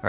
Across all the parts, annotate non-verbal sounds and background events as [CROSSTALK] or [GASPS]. All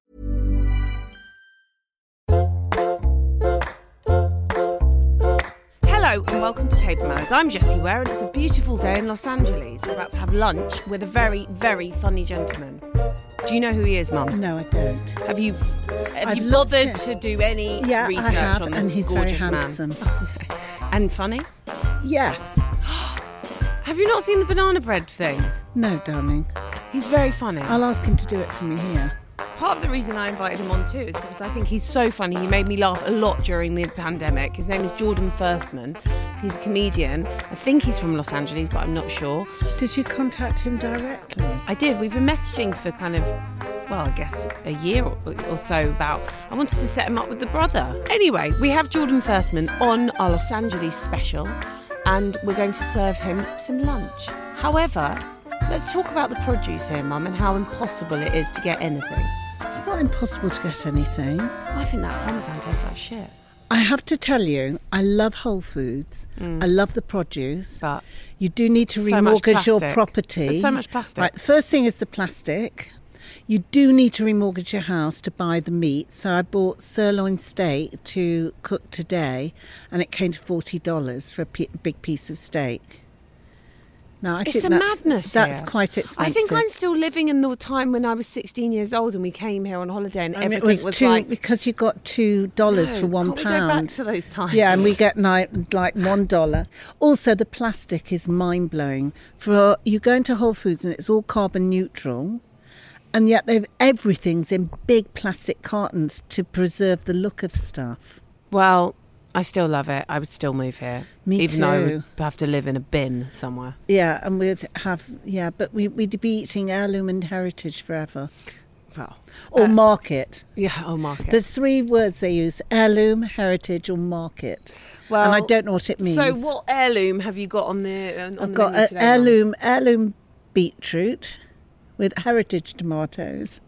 Hello and welcome to Table Manners. I'm Jessie Ware and it's a beautiful day in Los Angeles. We're about to have lunch with a very, very funny gentleman. Do you know who he is, Mum? No, I don't. Have you have I've you looked bothered it. to do any Yeah, research I have, on and this he's very gorgeous handsome. man? Okay. [LAUGHS] and funny. Yes. Have you not seen the banana bread thing? No, darling. He's very funny. I'll ask him to do it for me here. Part of the reason I invited him on too is because I think he's so funny. He made me laugh a lot during the pandemic. His name is Jordan Firstman. He's a comedian. I think he's from Los Angeles, but I'm not sure. Did you contact him directly? I did. We've been messaging for kind of, well, I guess a year or, or so about. I wanted to set him up with the brother. Anyway, we have Jordan Firstman on our Los Angeles special, and we're going to serve him some lunch. However, let's talk about the produce here, Mum, and how impossible it is to get anything. It's not impossible to get anything. I think that parmesan tastes like shit. I have to tell you, I love Whole Foods. I love the produce. Mm. But you do need to so much remortgage your plastic. property. There's so much plastic. Right, the first thing is the plastic. You do need to remortgage your house to buy the meat. So I bought sirloin steak to cook today, and it came to forty dollars for a pi- big piece of steak. Now I it's think a that's, madness. That's here. quite expensive. I think I'm still living in the time when I was 16 years old and we came here on holiday and And everything it was, two like because you got two dollars No, for one can't we go back pound. to those times? Yeah, and we get like, like one dollar. Also, the plastic is mind blowing. For you go into Whole Foods and it's all carbon neutral, and yet they've everything's in big plastic cartons to preserve the look of stuff. Well, I still love it. I would still move here. Me even though I would too. have to live in a bin somewhere. Yeah, and we'd have yeah, but we, we'd be eating heirloom and heritage forever, Well, or Uh, market. yeah, oh, market. There's three words they use: heirloom, heritage, or market. well, and I don't know what it means. So, what heirloom have you got on the? uh, On the I've got menu a today, Mum? heirloom heirloom beetroot with heritage tomatoes,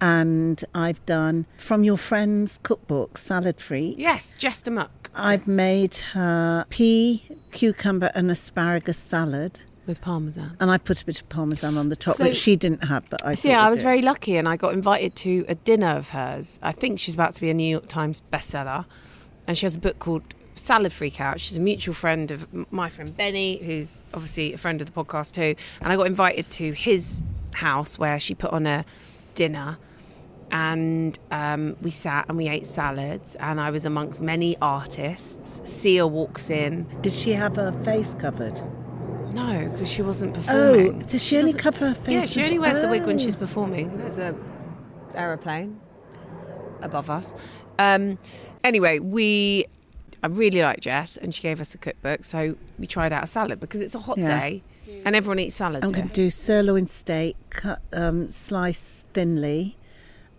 and I've done from your friend's cookbook salad free. Yes, just a muck I've made her pea, cucumber, and asparagus salad, with parmesan. and I put a bit of parmesan on the top, So- which she didn't have, but I. See, thought I we was did. very lucky, and I got invited to a dinner of hers. I think she's about to be a New York Times bestseller, and she has a book called Salad Freak Out. She's a mutual friend of m- my friend Benny, who's obviously a friend of the podcast too. And I got invited to his house where she put on a dinner, and um, we sat and we ate salads. And I was amongst many artists. Sia walks in. Did she have her face covered? No, because she wasn't Oh, performing. does she, only doesn't- cover her face? Yeah, she when only wears the wig when Oh. she's performing. There's a aeroplane above us. Um, anyway, we I really like Jess, and she gave us a cookbook, so we tried out a salad because it's a hot Yeah. day, and everyone eats salads. I'm here. going to do sirloin steak, cut, um, sliced thinly.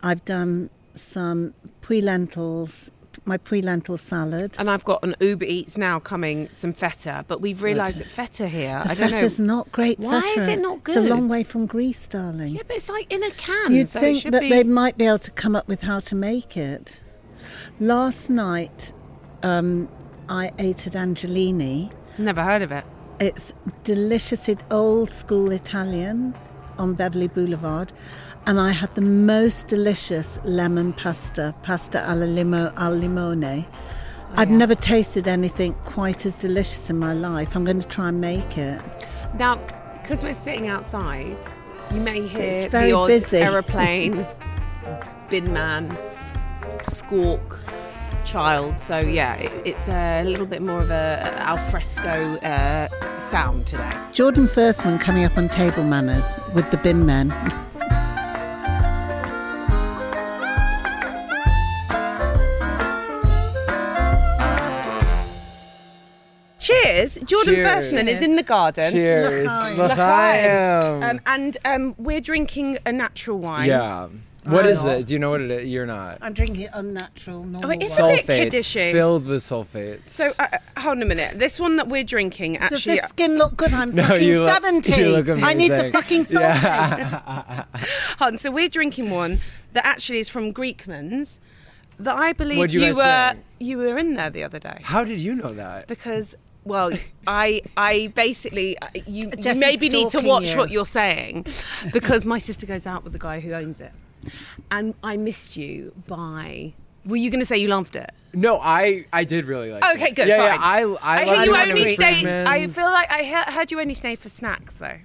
I've done some pui lentils, my pui lentil salad. And I've got an Uber Eats now coming some feta, but we've realised that feta here. The I don't feta's know. not great. Why is feta. it not It's a long good? way from Greece, darling. Yeah, but it's like in a can. You'd so it think should that be... they might be able to come up with how to make it. Last night, um, I ate at Angelini. never heard of it. It's delicious, it old school Italian on Beverly Boulevard. And I had the most delicious lemon pasta, pasta alla limo al limone. Oh, I've never tasted anything quite as delicious in my life. I'm going to try and make it. Now, because we're sitting outside, you may hear very the odd [LAUGHS] busy. aeroplane bin man, squawk child. So yeah, it, it's a little bit more of a alfresco uh, sound today. Jordan Firstman coming up on Table Manners with the Bin Men. Cheers! Jordan Cheers. Firstman is in the garden. Cheers. L'chaim. L'chaim. Um, and um, we're drinking a natural wine. yeah. What I is know. it? Do you know what it is? You're not. I'm drinking unnatural normal. Oh, it is a wine. bit kiddishy. filled with sulfates. So uh, uh, hold on a minute. This one that we're drinking Does actually. this skin look good? I'm No, fucking you look- 70. you look I need the amazing. fucking salt. hold on, Uh, so we're drinking one that actually is from Greekman's. That I believe What'd you you, guys were think? you were in there the other day How did you know that? because well I I basically I- you, you Jessie's maybe need to stalking watch you. what you're saying because my sister goes out with the guy who owns it and I missed you by were you going to say you loved it? No, I I did really like. Okay, it. good. Yeah, yeah. I fine. I, hear loved you it. only stay. I Friedman's. feel like I he- heard you only stay for snacks though.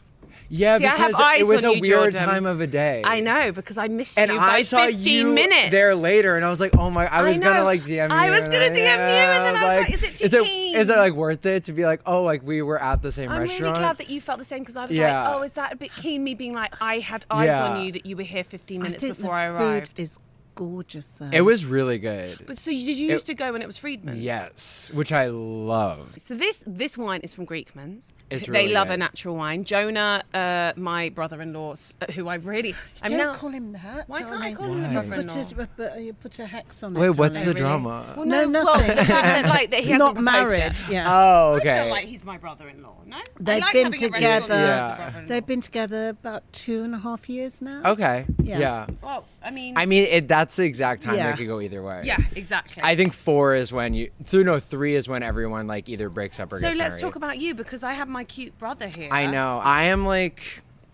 Yeah, See, I because have eyes it was on a you, weird Jordan. time of a day. I know because I missed And you I by saw 15 you minutes. there later, and I was like, "Oh my!" I I was gonna know. like DM you. I was and gonna I- DM you, and then I was like, "Is it too is it, keen?" is it like worth it to be like, "Oh, like we were at the same I'm restaurant"? really glad that you felt the same because I was Yeah. like, oh, is that a bit keen? Me being like, I had eyes Yeah. on you that you were here [LAUGHS] 15 I minutes think before the I arrived. food is gorgeous there. it was really good. But so you- did you used to go when it was Friedman's? Yes, which I love. So this this wine is from Greekman's. It's they really love a good. natural wine. Jonah, uh, my brother-in-law, s- who I really I'm Don't now call him that. Why can't I darling. call him Why? a Put brother-in-law? a, but, uh, you put a hex on it. Wait, what's the darling. drama? Well, No, no, well, nothing. the fact that, like that he hasn't Not proposed married. Yet. Yeah. Oh, I feel like okay. he's my brother-in-law. No, I They've like been having a together. relationship as a Yeah. brother-in-law. They've been together about two and a half years now. Okay. Yes. Yeah. Well, I mean, I mean, it, that's the exact time Yeah. that could go either way. yeah, exactly. I think four is when you through no three is when everyone like either breaks up or so gets let's married. talk about you because I have my cute brother here. I know. I am like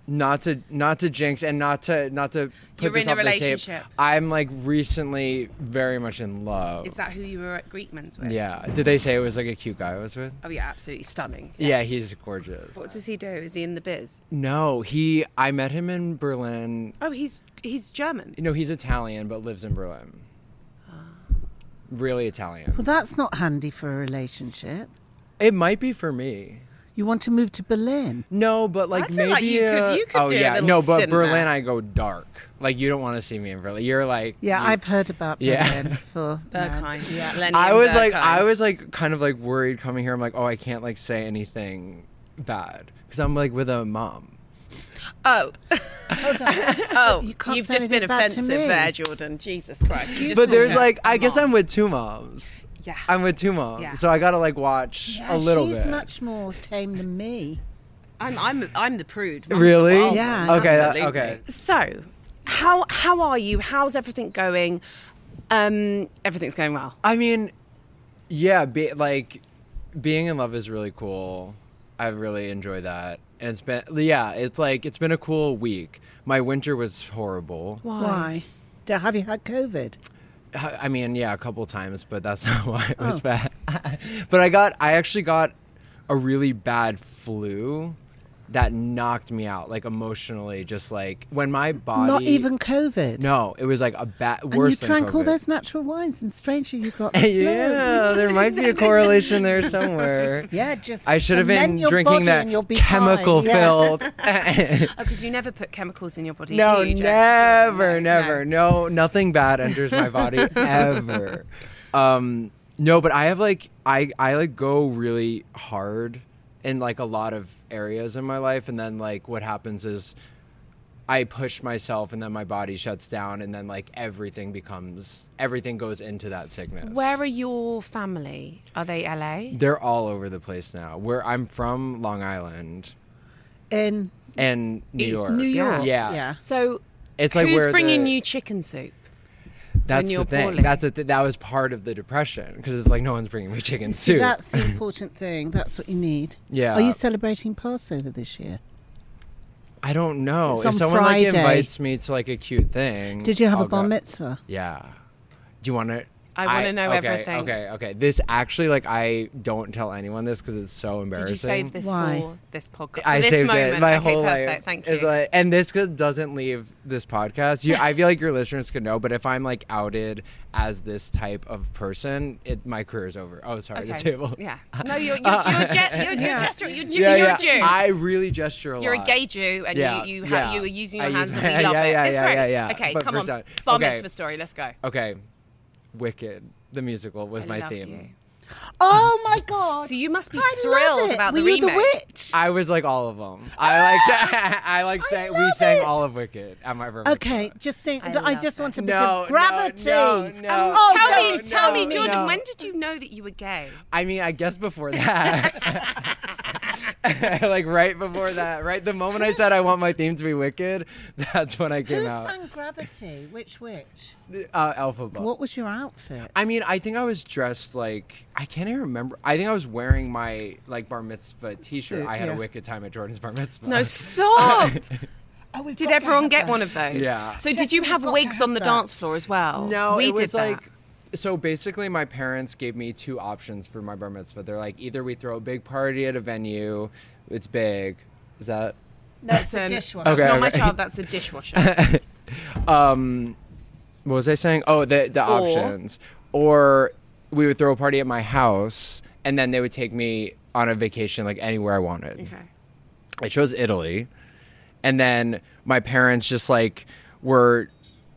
not to not to jinx and not to not to put You're this in a off the relationship. tape. I'm like recently very much in love. Is that who you were at Greekman's with? yeah. Did they say it was like a cute guy I was with? Oh yeah, absolutely stunning. Yeah, he's gorgeous. What does he do? Is he in the biz? No, he I met him in Berlin. Oh, he's he's German. No, he's Italian but lives in Berlin. Ah. Really Italian. Well, that's not handy for a relationship. It might be for me. You want to move to Berlin? No, but like feel maybe. like you could- uh, you could oh do a yeah, little no, but stint there. Berlin, I go dark. Like you don't want to see me in Berlin. You're like. Yeah, you- I've heard about Yeah. Berlin [LAUGHS] before. Bergheim. Yeah, Lenny I and was like, I Bergheim. was like, kind of like worried coming here. I'm like, oh, I can't like say anything bad because I'm like with a mom. Oh, [LAUGHS] oh, You you can't have say just been anything bad to offensive me. there, Jordan. Jesus Christ! You just But there's called her like, a I guess mom. I'm with two moms. Yeah. I'm with two moms, Yeah. so I gotta like watch Yeah, a little she's bit. much more tame than me. I'm I'm I'm the prude. Mum's the really? wild one. Yeah, Okay. that- Absolutely. okay. So, how how are you? How's everything going? Um, everything's going well. I mean, yeah, be, like being in love is really cool. I really enjoy that, and it's been yeah, it's like it's been a cool week. My winter was horrible. Why? D- Have you had COVID? I I mean, yeah, a couple times, but that's [LAUGHS] not why it Oh. was bad. [LAUGHS] but I got, I actually got a really bad flu that knocked me out, like emotionally, just like when my body. Not even COVID. No, it was like a bad. And you Worse than drank all COVID. those natural wines, and strangely, you got the flu. [LAUGHS] yeah, there [LAUGHS] might be a correlation there somewhere. Yeah, just I should have been ferment your drinking body that and you'll be chemical fine. Yeah. filled. [LAUGHS] [LAUGHS] Because you never put chemicals in your body. No, do you, Jordan? never, No, never. no. No, nothing bad enters my body ever. Um, no, but I have like I I like go really hard in like a lot of areas in my life, and then like what happens is I push myself, and then my body shuts down, and then like everything becomes everything goes into that sickness. Where are your family? Are they LA? They're all over the place now. Where I'm from, Long Island In and New East York. New York. Yeah. yeah. So, It's like who's where bringing the- you chicken soup? That's when the you're thing. poorly. That's a th- that was part of the depression because it's like no one's bringing me chicken See, soup. that's the important thing. That's what you need. Yeah. Are you celebrating Passover this year? I don't know. It's on if someone Friday. like invites me to like a cute thing, Did you have I'll a bar go. mitzvah? Yeah. Do you want to? I want to know okay, everything. Okay, okay. This actually, like, I don't tell anyone this because it's so embarrassing. Did you save this Why? for this podcast? I this saved moment. it. My okay, whole perfect. life Thank is you. like- and this co- doesn't leave this podcast. You, I feel like your listeners could know, but if I'm like outed as this type of person, it my career's over. Oh, sorry, the table. [LAUGHS] Yeah. No, you're you're, you're, je- you're, you're gesture- You're, Jew- Yeah, you're yeah. a Jew. I really gesture a lot. you're a gay Jew, and Yeah, you you, ha- yeah. you are using I your hands, [LAUGHS] use- and we love yeah, it. yeah, it's yeah, great. yeah, yeah. Okay, But come for on, some- bar okay. mitzvah story. Let's go. Okay, Wicked the musical was I my love theme. you. [LAUGHS] Oh my god! So you must be I love thrilled it. about Were the you remake. the witch? I was like all of them. I like to, [LAUGHS] I like sang we love sang it. all of Wicked at my birthday. Okay, just sing. I, love just want it. to bit No, of no, gravity. no, no. Oh, tell no, me, tell no, me, Jordan, no. when did you know that you were gay? I mean, I guess [LAUGHS] before that. [LAUGHS] like right before that, right the moment I said I want my theme to be wicked, that's when I came Who out. sang Gravity? Which witch? Uh, Alpha Bug. What was your outfit? I mean, I think I was dressed like I can't even remember. I think I was wearing my like bar mitzvah T-shirt. Suit, I had yeah. a wicked time at Jordan's bar mitzvah. [LAUGHS] No, stop. Oh, we've did got to everyone have get that. one of those? Yeah. So did you we've have got to wigs have on the that. dance floor as well? No, we it was did that. like so basically my parents gave me two options for my bar mitzvah. They're like either we throw a big party at a venue, it's big. Is that That's Listen, the That's dishwasher. Okay, not my okay. child. That's a [LAUGHS] dishwasher. what was I saying? Oh, the the Or- options. Or we would throw a party at my house and then they would take me on a vacation like anywhere I wanted. okay. I chose Italy. And then my parents just like were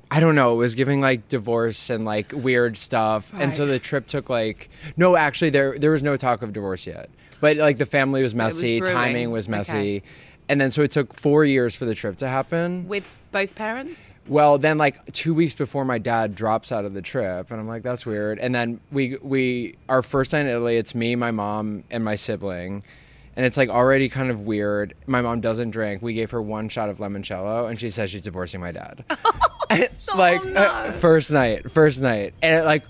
I don't know, it was giving like divorce and like weird stuff. And so the trip took like no, actually there there was no talk of divorce yet. But like the family was was messy, brewing. timing was messy. Okay. And then so it took 4 years for the trip to happen. With both parents? Well, then like 2 weeks before my dad drops out of the trip and I'm like that's weird. And then we we our first night in Italy, it's me, my mom and my sibling. And it's like already kind of weird. My mom doesn't drink. We gave her one shot of limoncello and she says she's divorcing my [LAUGHS] dad. like uh, first night, first night, and it like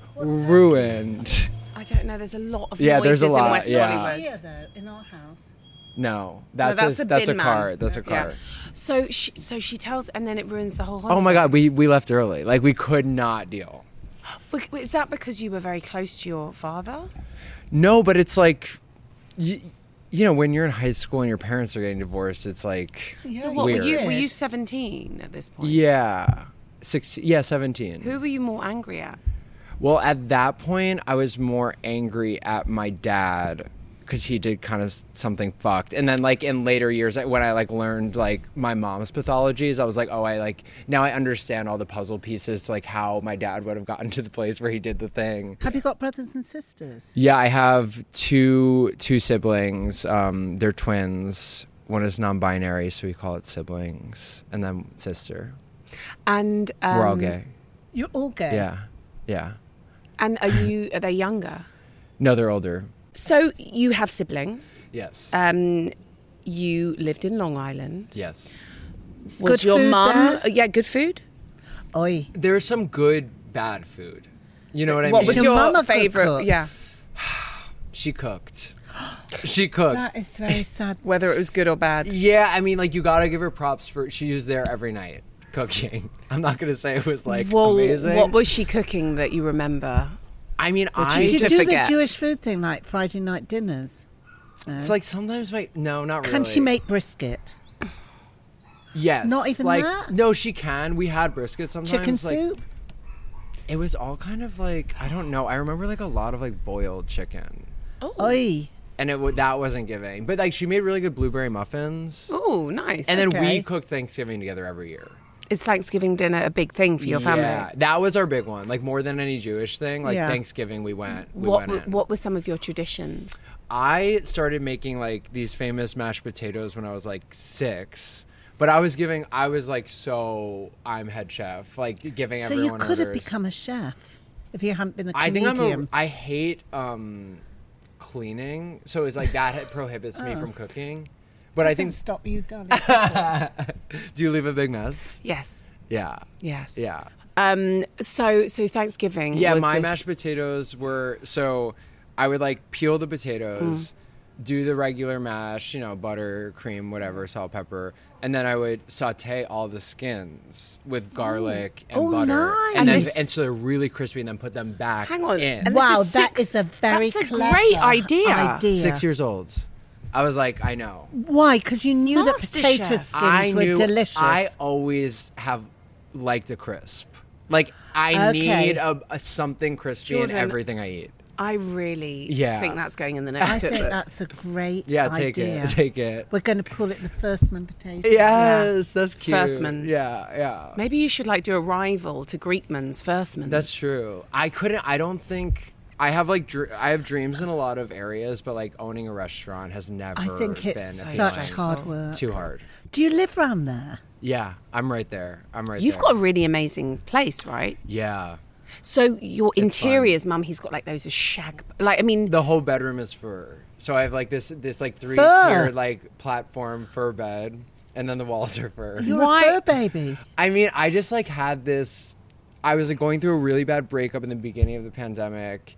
ruined. I don't know. There's a lot of Yeah, noises there's a lot, in West yeah. Hollywood. Here though, in our house. [LAUGHS] No, No, that's that's a, a that's a bin man. car. That's a Yeah. car. So she, so she tells, and then it ruins the whole. Holiday. Oh my god, we we left early. Like we could not deal. Bec- Is that because you were very close to your father? No, but it's like, you, you know, when you're in high school and your parents are getting divorced, it's like, So what Weird. were you? Were you 17 at this point? yeah, six, yeah, seventeen. Who were you more angry at? Well, at that point, I was more angry at my dad because he did kind of s- something fucked. And then, like in later years, I- when I like learned like my mom's pathologies, I was like, oh, I like now I understand all the puzzle pieces to like how my dad would have gotten [LAUGHS] to the place where he did the thing. Have you got brothers and sisters? Yeah, I have two two siblings. Um, they're twins. One is non-binary, so we call it siblings, and then sister. And um, We're all gay. You're all gay. Yeah, yeah. And are you? Are they younger? No, they're older. So you have siblings. Yes. Um, you lived in Long Island. yes. Was Good your food mum? there? uh, Yeah, good food. Oi. there's some good bad food. You know what I What mean? was Your mum your a good favorite? cook? Yeah, she cooked. [GASPS] She cooked. That is [LAUGHS] very sad. whether it was good or bad. yeah, I mean, like you gotta give her props for she was there every night cooking. [LAUGHS] I'm not gonna say it was like Well, amazing. what was she cooking that you remember? I mean, I Did used you to do forget. the Jewish food thing like Friday night dinners? it's like sometimes my no, not really. Can she make brisket? Yes, Not even like that? no, she can. We had brisket sometimes. Chicken like, soup? It was all kind of like I don't know. I remember like a lot of like boiled chicken, Oh. Oi. and it w- that wasn't giving. But like she made really good blueberry muffins, Oh, nice. and then we okay. cooked Thanksgiving together every year. is Thanksgiving dinner a big thing for your family? Yeah, that was our big one. Like more than any Jewish thing, like Yeah. Thanksgiving, we went. We what went were- in. what were some of your traditions? I started making like these famous mashed potatoes when I was like six. But I was giving, I was like, so I'm head chef, like giving So you everyone could have orders. become a chef if you hadn't been a I think comedian. I'm a, I hate um, cleaning, so it's like that [LAUGHS] it prohibits Oh. me from cooking. But I think, stop you, darling. do you leave a big mess? Yes. Yeah, Yes. yeah. Um. So so Thanksgiving. Yeah, was my this- mashed potatoes were so I would like peel the potatoes, Mm. do the regular mash, you know, butter, cream, whatever, salt, pepper, and then I would saute all the skins with garlic and Oh, butter, nice. and then this- and so they're really crispy, and then put them back. Hang on. in. And this [LAUGHS] wow, is that six- is a very that's a clever great idea. idea. six years old, I was like, I know. Why? Because you knew that Master potato chef. skins I were knew delicious. I always have liked a crisp. Like I Okay. need a, a something crispy in Jordan- everything I eat. I really Yeah. think that's going in the next I think cookbook. that's a great Yeah, idea. take it, take it. We're going to call it the first man potato. Yes, that's cute. Firstmans. Yeah, yeah. Maybe you should like do a rival to Greekman's Firstman. That's true. I couldn't. I don't think. I have like dr- I have dreams in a lot of areas, but like owning a restaurant has never. I think been it's a thing such like- hard work. Too hard. Do you live round there? Yeah, I'm right there. I'm right. You've there. got a really amazing place, right? yeah. So your interiors, mum, he's got like those shag. Like I mean, The whole bedroom is fur. So I have like this this like three Fur. tier like platform fur bed, and then the walls are fur. You're Why- a fur baby. I mean, I just like had this. I was like going through a really bad breakup in the beginning of the pandemic,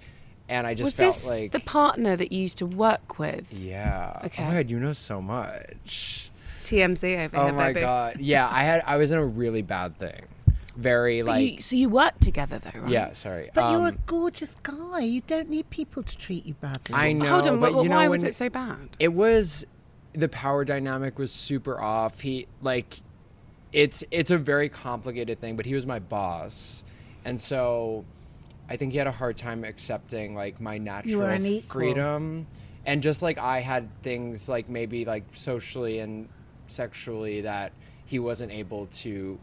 and I just was felt this like the partner that you used to work with? yeah. Okay. Oh my god, you know so much. TMZ over Oh here, my baby. god. Yeah, I had I was in a really bad thing. Very But like you, so you worked together though, right? Yeah, sorry. But you're a Um, gorgeous guy. You don't need people to treat you badly. I know, Hold on, but wh- you know why was when- it so bad? It was the power dynamic was super off. He like it's it's a very complicated thing, but he was my boss. And so I think he had a hard time accepting like my were an natural equal. freedom. And just like I had things like maybe like socially and sexually that he wasn't able to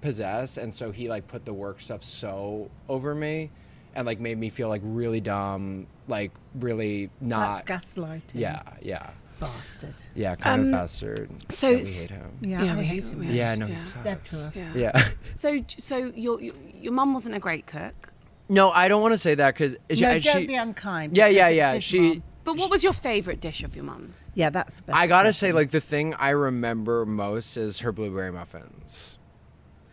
possess and so he like put the work stuff so over me and like made me feel like really dumb, like really That's not gaslighting. yeah, yeah, Bastard. yeah. Kind of bastard. Um, so that we s- hate him. Yeah, Yeah, I we hate hate them. them, yeah. Yeah, no, Yeah. he sucks. Dead to us. Yeah. [LAUGHS] Yeah. So so your your, your mum wasn't a great cook. No, I don't want to say that because No, don't be unkind. Yeah, because yeah, it's yeah. his She. mom. But what was your favourite dish of your mum's? Yeah, that's the best. I gotta say, like the thing I remember most is her blueberry muffins.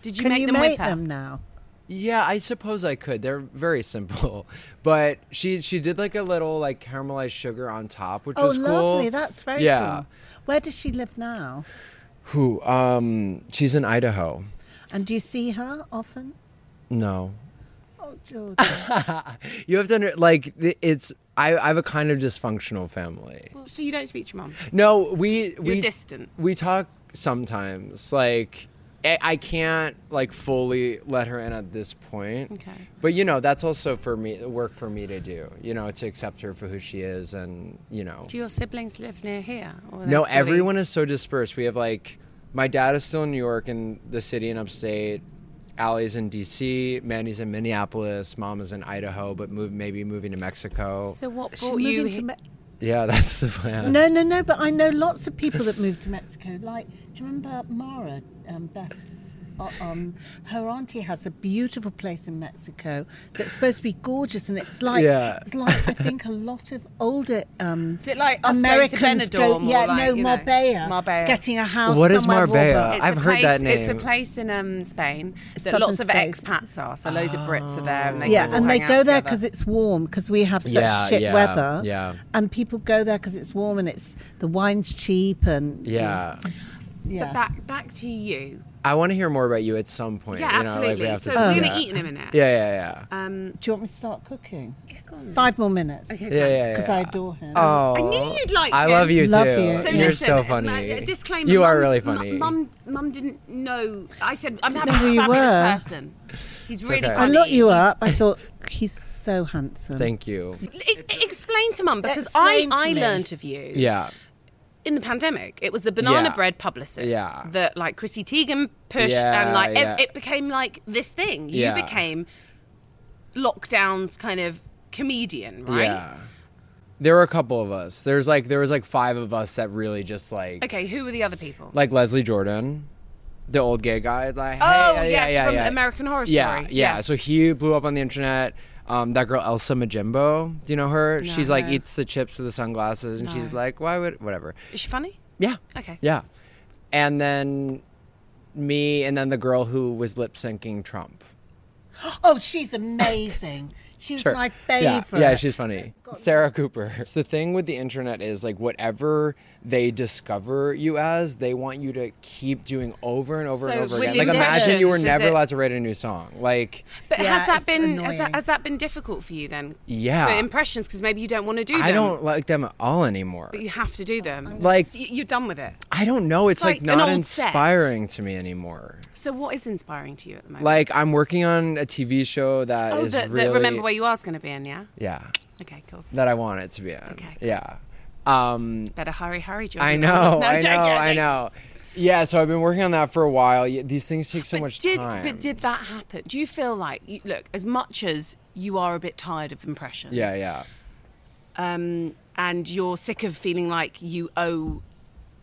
Did you Can make you them make with her? them now? Yeah, I suppose I could. They're very simple, [LAUGHS] but she she did like a little like caramelized sugar on top, which Oh, was cool. lovely. That's very yeah. cool. Where does she live now? Who? Um, she's in Idaho. And do you see her often? No, Oh, George. Uh, you have to under like th- it's. I, I have a kind of dysfunctional family. Well, so you don't speak to your mum. No, we we distant. We talk sometimes. Like I, I can't like fully let her in at this point. Okay. But you know, that's also for me work for me to do. You know, to accept her for who she is, and you know. Do your siblings live near here? Or are they no, still everyone east? is so dispersed. We have like my dad is still in New York in the city and upstate. Allie's in D.C. Mandy's in Minneapolis. Mom is in Idaho, but move, maybe moving to Mexico. So what She's brought you? moving to he- Uh. Me- yeah, [LAUGHS] that's the plan. No, no, no. But I know lots of people that moved to Mexico. Like, do you remember Mara um, Beth's? uh, Um, her auntie has a beautiful place in Mexico that's supposed to be gorgeous, and it's like Yeah. it's like I think a lot of older um, Is it like us going to Americans go. Benidorm or Yeah, like, no, you know, Marbella, Marbella. getting a house. What is somewhere warmer. Marbella? It's I've a heard place, that It's name. a place in um, Spain that Southern lots of Spain. expats are. So loads of Brits are there, and they Yeah, all and they hang go out together. there because it's warm because we have such Yeah, shit yeah, weather. yeah. and people go there because it's warm and it's the wine's cheap and Yeah. yeah. But back back to you. I want to hear more about you at some point. Yeah, you know, like, absolutely. we have so to- we're yeah. gonna eat in a minute. Um, Yeah, yeah, yeah. Do you want me to start cooking? go on. Five more minutes. Okay, yeah, fine. yeah, Because yeah. Oh. I adore him. I knew you'd like. I him. love you Love too. you. So So You're listen, so m- funny. a disclaimer. You are mum- really mu- funny. Mum, mum didn't know. I said, I'm know who having you this were. fabulous person. He's really okay. I funny. looked you up. I thought he's so handsome. Thank [LAUGHS] you. E- explain to mum because I, Explain to I me. learned of you Yeah. in the pandemic. It was the banana Yeah. bread publicist Yeah. that like Chrissy Teigen pushed Yeah, and like ev- yeah. it became like this thing. You Yeah. became lockdown's kind of comedian, right? Yeah. There were a couple of us. There's like there was like five of us that really just like Okay, who were the other people? like Leslie Jordan, the old gay guy. Like, oh, hey, yeah, yes, yeah, from yeah. American Horror Yeah, Story. yeah. Yes. So he blew up on the internet. Um, that girl Elsa Majimbo, do you know her? She's like eats the chips with the sunglasses, and she's like, why would whatever? Is she funny? Yeah. Okay. Yeah. And then me, and then the girl who was lip syncing Trump. Oh, she's amazing. She was Sure. my Yeah, favorite. Yeah, she's funny. Sarah Cooper. The thing with the internet is like whatever they discover you as, they want you to keep doing over and over and So over with again. the Like imagine you were intentions, is never it- allowed to write a new song. Like But Yeah, has that it's been has annoying. that, has that been difficult for you then? Yeah. For impressions, because maybe you don't want to do them. I don't like them at all anymore. But you have to do them. Like- So y- you're done with it. I don't know. It's, It's like like, an not old set. inspiring to me anymore. So what is inspiring to you at the moment? Like I'm working on a TV show that is oh, that really remember where you are going to be in, yeah. yeah Okay, cool. that I want it to be on. Okay. Yeah. Um, Better hurry, hurry, Jordan. I [LAUGHS] know. No, I joking, know. I joking. know. Yeah. So I've been working on that for a while. Y- These things take so but much did, time. But did that happen? Do you feel like, you, look, as much as you are a bit tired of impressions, Yeah. Yeah. um, and you're sick of feeling like you owe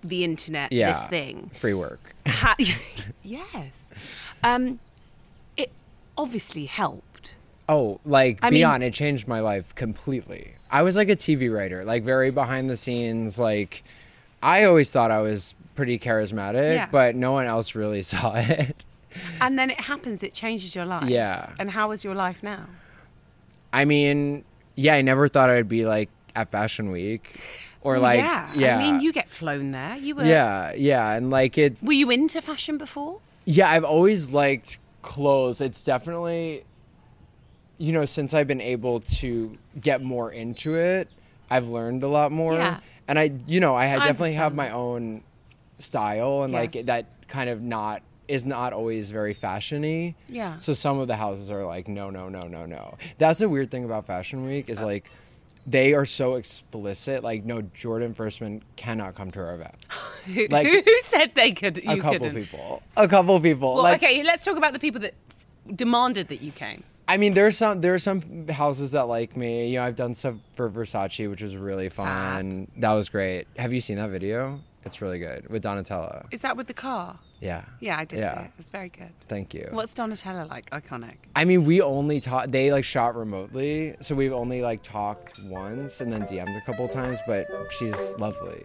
the internet Yeah. this thing, Free work. [LAUGHS] ha- [LAUGHS] yes, um, it obviously helped. Oh, like I mean- beyond, it changed my life completely. I was like a TV writer, like very behind the scenes. Like I always thought I was pretty charismatic, Yeah. but no one else really [LAUGHS] saw it. And then it happens, it changes your life. Yeah. And how is your life now? I mean, yeah, I never thought I'd be like at Fashion Week or like yeah. I mean, you get flown there. You were. yeah, yeah, and like it Were you into fashion before? [LAUGHS] Yeah, I've always liked clothes. It's definitely, you know, since I've been able to get more into it, I've learned a lot more. Yeah. And I, you know, I, had I definitely have understand my own style and like Yes. that kind of not is not always very fashiony. Yeah. So some of the houses are like no, no, no, no, no. That's the weird thing about Fashion Week Uh. is like they are so explicit. Like no, Jordan Firstman cannot come to our event. Who, Like- who said they could? You a couple couldn't. people. A couple people. Well, like, okay, let's talk about the people that demanded that you came. I mean, there are some there are some houses that like me. You know, I've done stuff for Versace, which was really fun. That was great. Have you seen that video? It's really good with Donatella. Is that with the car? Yeah. Yeah, I did Yeah. see it. It was very good. Thank you. What's Donatella like? Iconic. I mean, we only taught. They like shot remotely, so we've only like talked once and then DM'd a couple times. But she's lovely.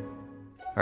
All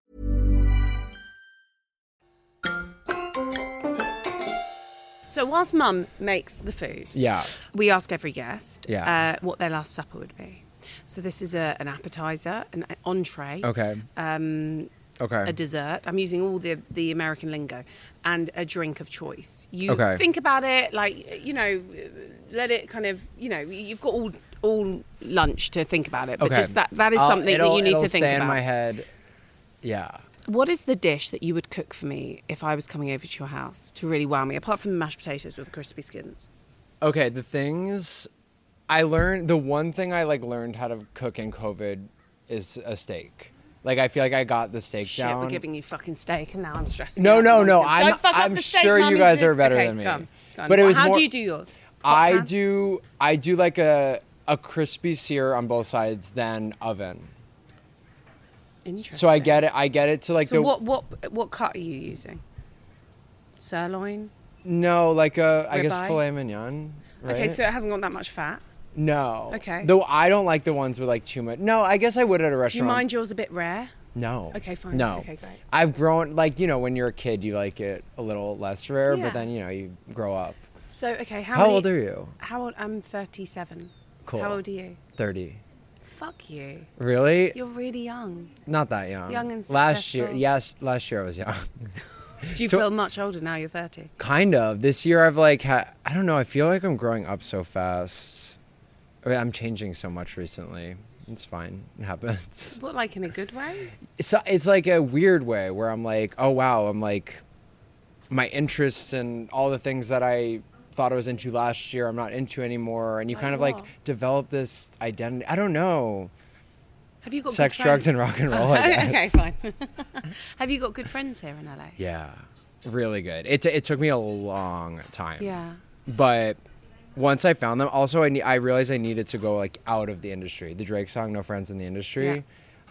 So whilst Mum makes the food, Yeah. we ask every guest Yeah. uh, what their last supper would be. So this is a, an appetizer, an entree, Okay. um, Okay. a dessert. I'm using all the the American lingo, and a drink of choice. You Okay. think about it, like you know, let it kind of you know, you've got all all lunch to think about it, but just that that is I'll- something that it'll- you need it'll to think stay about. in my head. Yeah. What is the dish that you would cook for me if I was coming over to your house to really wow me? Apart from mashed potatoes with crispy skins. Okay, the things I learned, the one thing I like learned how to cook in COVID is a steak. Like I feel like I got the steak Shit, down. we're giving you fucking steak, and now I'm stressing. No, out. no, Everyone's no, gonna- I'm- Don't fuck up I'm the steak, sure you Mum, is guys it- are better okay, than me. go on, go on. But it was how more- do you do yours? Hot I pan? do I do like a a crispy sear on both sides then oven. Interesting. So I get it I get it to like so the what what what cut are you using? Sirloin. no, like a I guess Ribeye? filet mignon. Right? Okay, so it hasn't got that much fat. no. Okay. Though I don't like the ones with like too much. No, I guess I would at a Do you restaurant. mind yours a bit rare? No. Okay, fine. No. Okay, great. I've grown like you know when you're a kid you like it a little less rare, Yeah. but then you know you grow up. So okay, how How many- old are you? How old? I'm 37. Cool. How old are you? Thirty. Fuck you. Really? You're really young. Not that young. Young and last year, successful. yes, last year I was young. [LAUGHS] Do you To- feel much older now? You're 30. kind of. This year I've like, ha- I don't know. I feel like I'm growing up so fast. I mean, I'm changing so much recently. It's fine. It happens. What, like in a good way? it's it's like a weird way where I'm like, oh wow, I'm like, my interests and all the things that I thought I was into last year, I'm not into anymore, and you Like kind of what? like develop this identity. I don't know, Have you got sex, Oh, good drugs, friends? and rock and roll. I guess. [LAUGHS] okay, fine. Have you got good friends here in LA? Yeah, really good. It t- it took me a long time. Yeah. but once I found them, also I ne- I realized I needed to go like out of the industry. The Drake song "No Friends in the Industry," Yeah.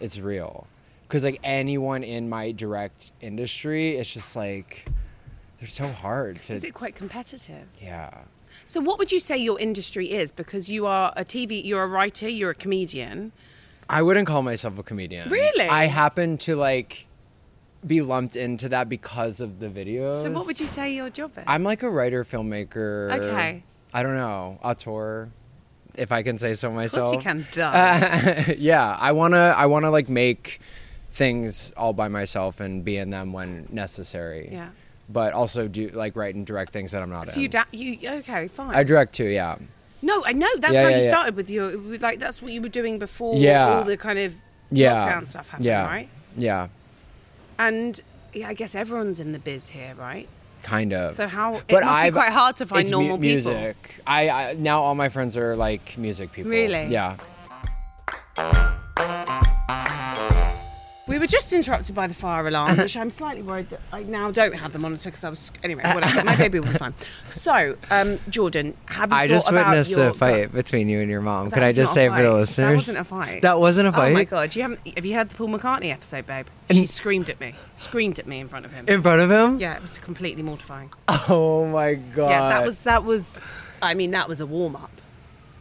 it's real, because like anyone in my direct industry, it's just like they're so hard to. Is it quite competitive? yeah, So, what would you say your industry is? Because you are a TV, you're a writer, you're a comedian. I wouldn't call myself a comedian. Really? I happen to like be lumped into that because of the videos. So, what would you say your job is? I'm like a writer filmmaker. Okay. I don't know auteur, if I can say so of course, myself. Uh, you can. Duh. yeah, I wanna I wanna like make things all by myself and be in them when necessary. Yeah. But also do like write and direct things that I'm not so [LAUGHS] in. you, da- you okay? Fine. I direct too. Yeah. no, I know. That's Yeah, how yeah, you yeah. started with your with, like. That's what you were doing before Yeah. all the kind of Yeah. lockdown stuff happened, yeah. right? Yeah. And yeah, I guess everyone's in the biz here, right? Kind of. So how- it must be quite hard to find it's normal people. music. I, I now all my friends are like music people. Really? Yeah. We were just interrupted by the fire alarm, which I'm slightly worried that I now don't have the monitor because I was. Anyway, whatever. [LAUGHS] My baby will be fine. So, um, Jordan, have you I thought just about witnessed your, a fight between you and your mom. That Could I was just not say a it for the fight. listeners? That wasn't a fight. That wasn't a fight. Oh my god! You haven't? Have you heard the Paul McCartney episode, babe? She screamed at me. Screamed at me in front of him. In front of him? yeah, it was completely mortifying. Oh my god. yeah, that was that was. I mean, that was a warm up.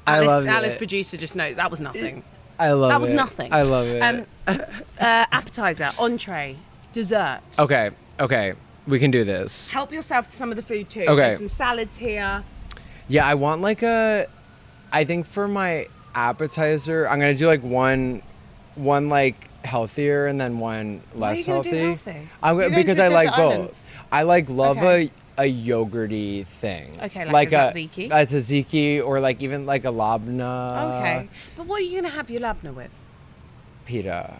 I Alice, love Alice it. producer just knows that was nothing. I love That was it. nothing. I love it. Um, uh, appetizer, entree, dessert. Okay, okay, we can do this. Help yourself to some of the food too. Okay. There's some salads here. Yeah, I want like a. I think for my appetizer, I'm gonna do like one, one like healthier and then one less are you gonna do healthy. healthy? I'm You're going gonna, to because a I like desert both. island. I like love Okay. a a yogurty thing. Okay, like a tzatziki? A tzatziki or like even like a labna. Okay. But what are you going to have your labna with? Pita.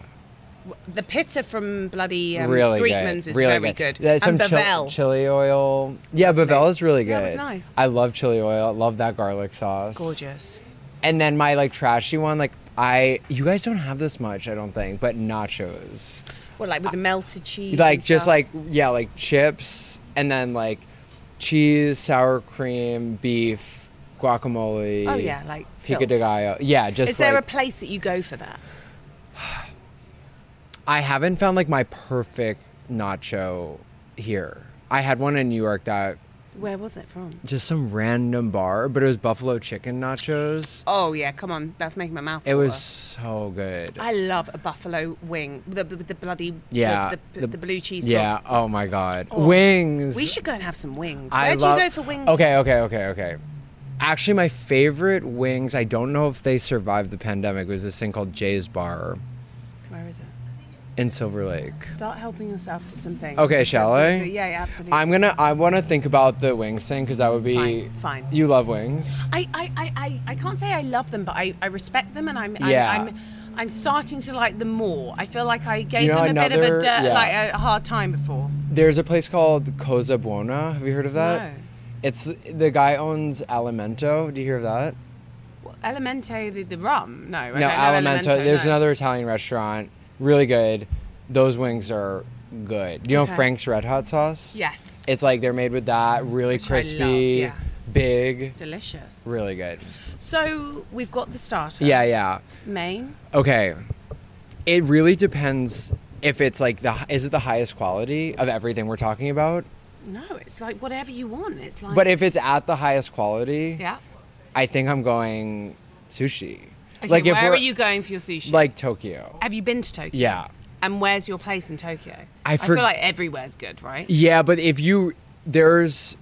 The pita from bloody um, really Greekman's good. is really very good. There's and some chil- Bavel. chili oil. Yeah, Bavel is really good. Yeah, it was nice. I love chili oil. I love that garlic sauce. Gorgeous. And then my like trashy one, like I you guys don't have this much, I don't think, but nachos. Well, like with the melted cheese. Like and just stuff. like yeah, like chips and then like cheese, sour cream, beef, guacamole. Oh, yeah, like pico filth. de gallo. Yeah, just Is there like, a place that you go for that? I haven't found like my perfect nacho here. I had one in New York that Where was it from? just some random bar, but it was buffalo chicken nachos. Oh yeah, come on, that's making my mouth. It was water. so good. I love a buffalo wing. The the, the bloody yeah, The, the, the blue cheese. sauce. Yeah. Oh my god, wings. We should go and have some wings. I Where do love- you go for wings? Okay, okay, okay, okay. Actually, my favorite wings. I don't know if they survived the pandemic. Was this thing called Jay's Bar Where is it? in Silver Lake? Start helping yourself to some things. Okay, shall I? Because- Yeah, yeah, absolutely. I'm gonna. I want to think about the wings thing because that would be Fine, fine. You love wings. I, I, I, I, I can't say I love them, but I, I respect them, and I'm, Yeah. I'm, I'm, I'm starting to like them more. I feel like I gave know them a bit of another- a dirt, yeah. like a hard time before. There's a place called Cosa Buona. Have you heard of that? No. It's the guy owns Alimento. Do you hear of that? Elemente, the, the rum. No, I don't no, know Alimento. There's no. another Italian restaurant, really good. Those wings are good. Do you Okay. know Frank's Red Hot Sauce? Yes. It's like they're made with that, really Which I love, crispy, yeah. big, Delicious. really good. So we've got the starter. Yeah, yeah. Main. Okay. It really depends if it's like the is it the highest quality of everything we're talking about? No, it's like whatever you want. It's like. But if it's at the highest quality, Oh, yeah. I think I'm going sushi. Okay, like if where we're are you going for your sushi? like Tokyo. have you been to Tokyo? Yeah. And where's your place in Tokyo? I feel for- like everywhere's good, right? Yeah, but if you there's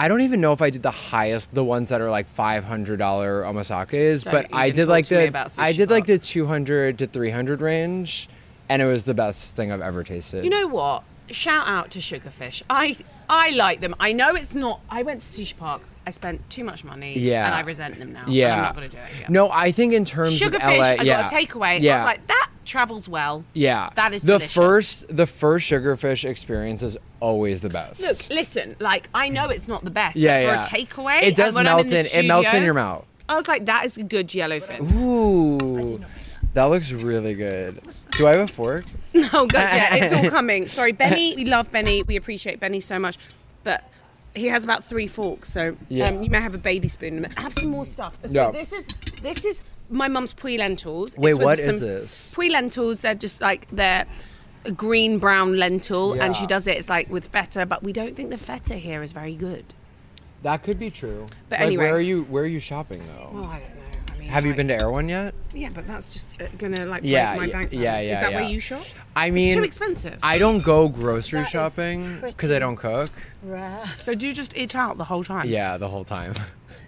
I don't even know if I did the highest, the ones that are like five hundred dollar omasaka is, Don't but I even did talk like to me the about sushi I did like bar. the two hundred to three hundred range, and it was the best thing I've ever tasted. You know what? Shout out to Sugarfish. I I like them. I know it's not. I went to Sushi Park. I spent too much money. Yeah. And I resent them now. and yeah, I'm not gonna do it again. No, I think in terms of Sugarfish. LA, I yeah. got a takeaway. I Yeah. was like, that travels well. yeah, That is the delicious. first. The first sugarfish experience is always the best. Look, listen. Like I know it's not the best. yeah, yeah. but For a takeaway, It does and when I'm melt in. the in. it melts in studio, your mouth. I was like, that is a good yellowfin. Ooh, that looks really good. Do I have a fork? Oh god, yeah, it's [LAUGHS] all coming. Sorry, Benny. We love Benny. We appreciate Benny so much, but he has about three forks, so Yeah. um, you may have a baby spoon. Have some more stuff. So Yeah. this is this is my mum's pui lentils. Wait, with what is some- this? Pui lentils. They're just like they're. A green brown lentil, and she Yeah. does it. It's like with feta, but we don't think the feta here is very good. That could be true. But Like, anyway. where are you? Where are you shopping though? Oh, I don't know. I mean, Have you been to Air One yet? Yeah, but that's just uh, gonna like Yeah, break my yeah, bank. yeah, balance. Is yeah, that where yeah. you shop? I It's mean, too expensive. I don't go grocery That is shopping because I pretty don't cook. Mm. Rare. so do you just eat out the whole time? Yeah, the whole time. [LAUGHS]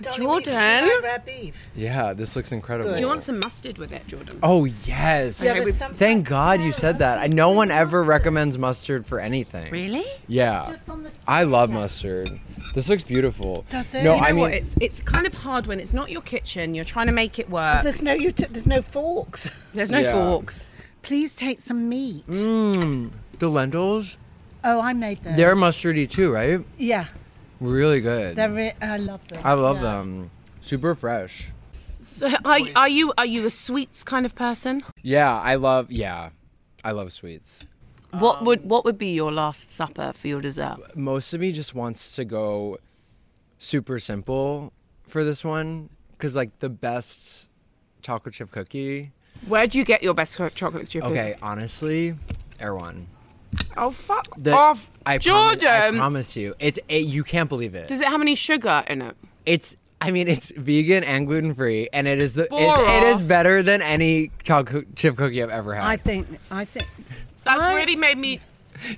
Dolly, we should have Jordan? Rare beef. Yeah, this looks incredible. Do you want some mustard with it, Jordan? Oh yes. Yeah, but some- Thank God you said that. I, no one ever recommends mustard for anything. Really? Yeah. I love mustard. This looks beautiful. Does it? No, You You know I mean what? It's it's kind of hard when it's not your kitchen. You're trying to make it work. There's no uti- there's no forks. [LAUGHS] There's no Yeah. forks. Please take some meat. the lentils. Oh, I made them. Mm. They're mustardy too, right? yeah, Really good. they're re- I love them. I love them. Super fresh. So are, are you are you a sweets kind of person? Yeah, I love. Yeah, I love sweets. what would what would be your last supper for your dessert? most of me just wants to go super simple for this one because like the best chocolate chip cookie Where do you get your best co- chocolate chip? okay honestly erwan Oh fuck the, off, I promise, I Jordan. promise you it's it, you can't believe it Does it have any sugar in it? it's i mean it's vegan and gluten-free and it is the it, it Bora. is better than any chocolate chip cookie i've ever had I think I think That's I- really made me.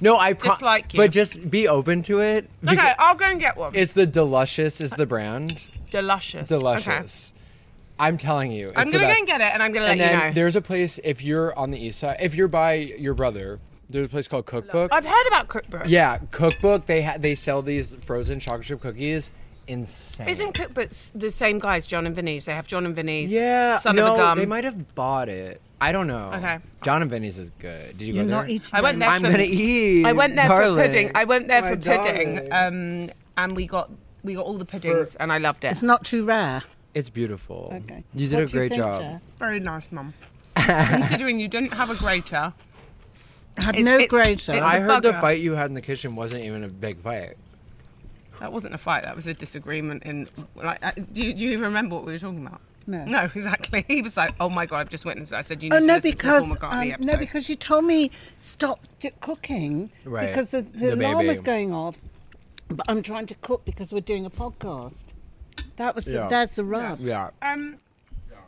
no i pro- dislike you. but just be open to it Okay, beca- I'll go and get one. it's the delicious is the brand delicious. Okay. delicious i'm telling you I'm it's the gonna go best. and get it, and I'm gonna let and then you know. there's a place if you're on the east side, if you're by your brother, there's a place called Cookbook. I've heard about cookbook. yeah, Cookbook. They ha- they sell these frozen chocolate chip cookies. Insane. Isn't cookbooks the same guys, John and Vinny's? They have John and Vinny's. yeah? Son no, of a gum. they might have bought it. I don't know. Okay. John and Vinny's is good. Did you you're go there? not eating. I went them. there I'm for, gonna eat, I went there for darling. pudding. I went there My for pudding, darling. um, and we got we got all the puddings, and I loved it. It's not too rare. It's beautiful. Okay. You did What a do you great think, job. Jess? very nice, mum. [LAUGHS] Considering you didn't have a grater, I had It's- no it's- grater. it's- I a heard the bugger. fight you had in the kitchen wasn't even a big fight. that wasn't a fight. That was a disagreement. In like, uh, do you, do you even remember what we were talking about? No. No, [LAUGHS] exactly. He was like, "Oh my god, I've just witnessed." That. I said, "You need Oh to no, listen because to the Paul McCartney um, episode." no, because you told me stop d- cooking Right. because the, the, The alarm baby. was going off. But I'm trying to cook because we're doing a podcast. That was Yeah. the, that's the rub. Yeah.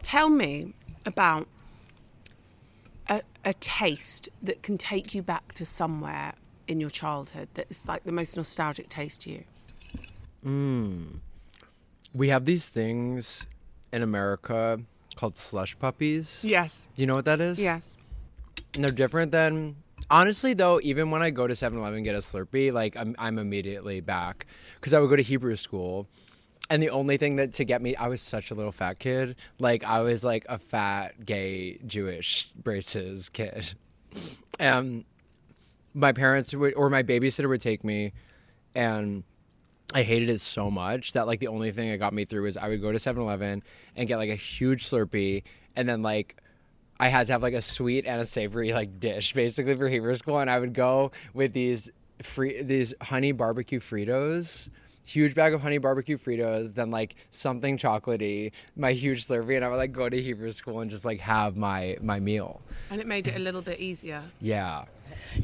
tell me about a, a taste that can take you back to somewhere in your childhood that is like the most nostalgic taste to you. We have these things in America called slush puppies. Yes. Do you know what that is? Yes. And they're different than honestly though even when i go to 7-eleven and get a slurpee like i'm, I'm immediately back because i would go to hebrew school and the only thing that to get me i was such a little fat kid like i was like a fat gay jewish braces kid um my parents would or my babysitter would take me and I hated it so much that like the only thing that got me through was I would go to 7-Eleven and get like a huge Slurpee and then like I had to have like a sweet and a savory like dish basically for Hebrew school and I would go with these free these honey barbecue Fritos huge bag of honey barbecue Fritos then like something chocolatey my huge Slurpee and I would like go to Hebrew school and just like have my my meal And it made it a little bit easier. yeah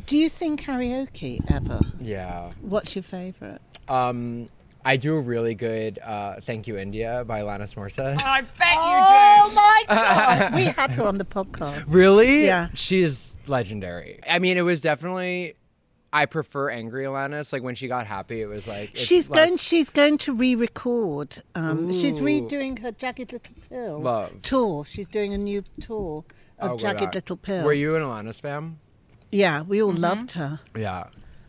Do you sing karaoke ever? yeah What's your favourite? um I do a really good uh, Thank You India by Alanis Morissette I bet Oh my god! we had her on the podcast. Really? Yeah. She's legendary. I mean, it was definitely. I I prefer angry Alanis. Like when she got happy, it was like it's she's going. less- She's going to re-record. Um, she's Ooh. redoing her Jagged Little Pill Love. tour. She's doing a new tour of Oh, God. Jagged Little Pill. Were you an Alanis fan? Yeah, we all loved her. Yeah.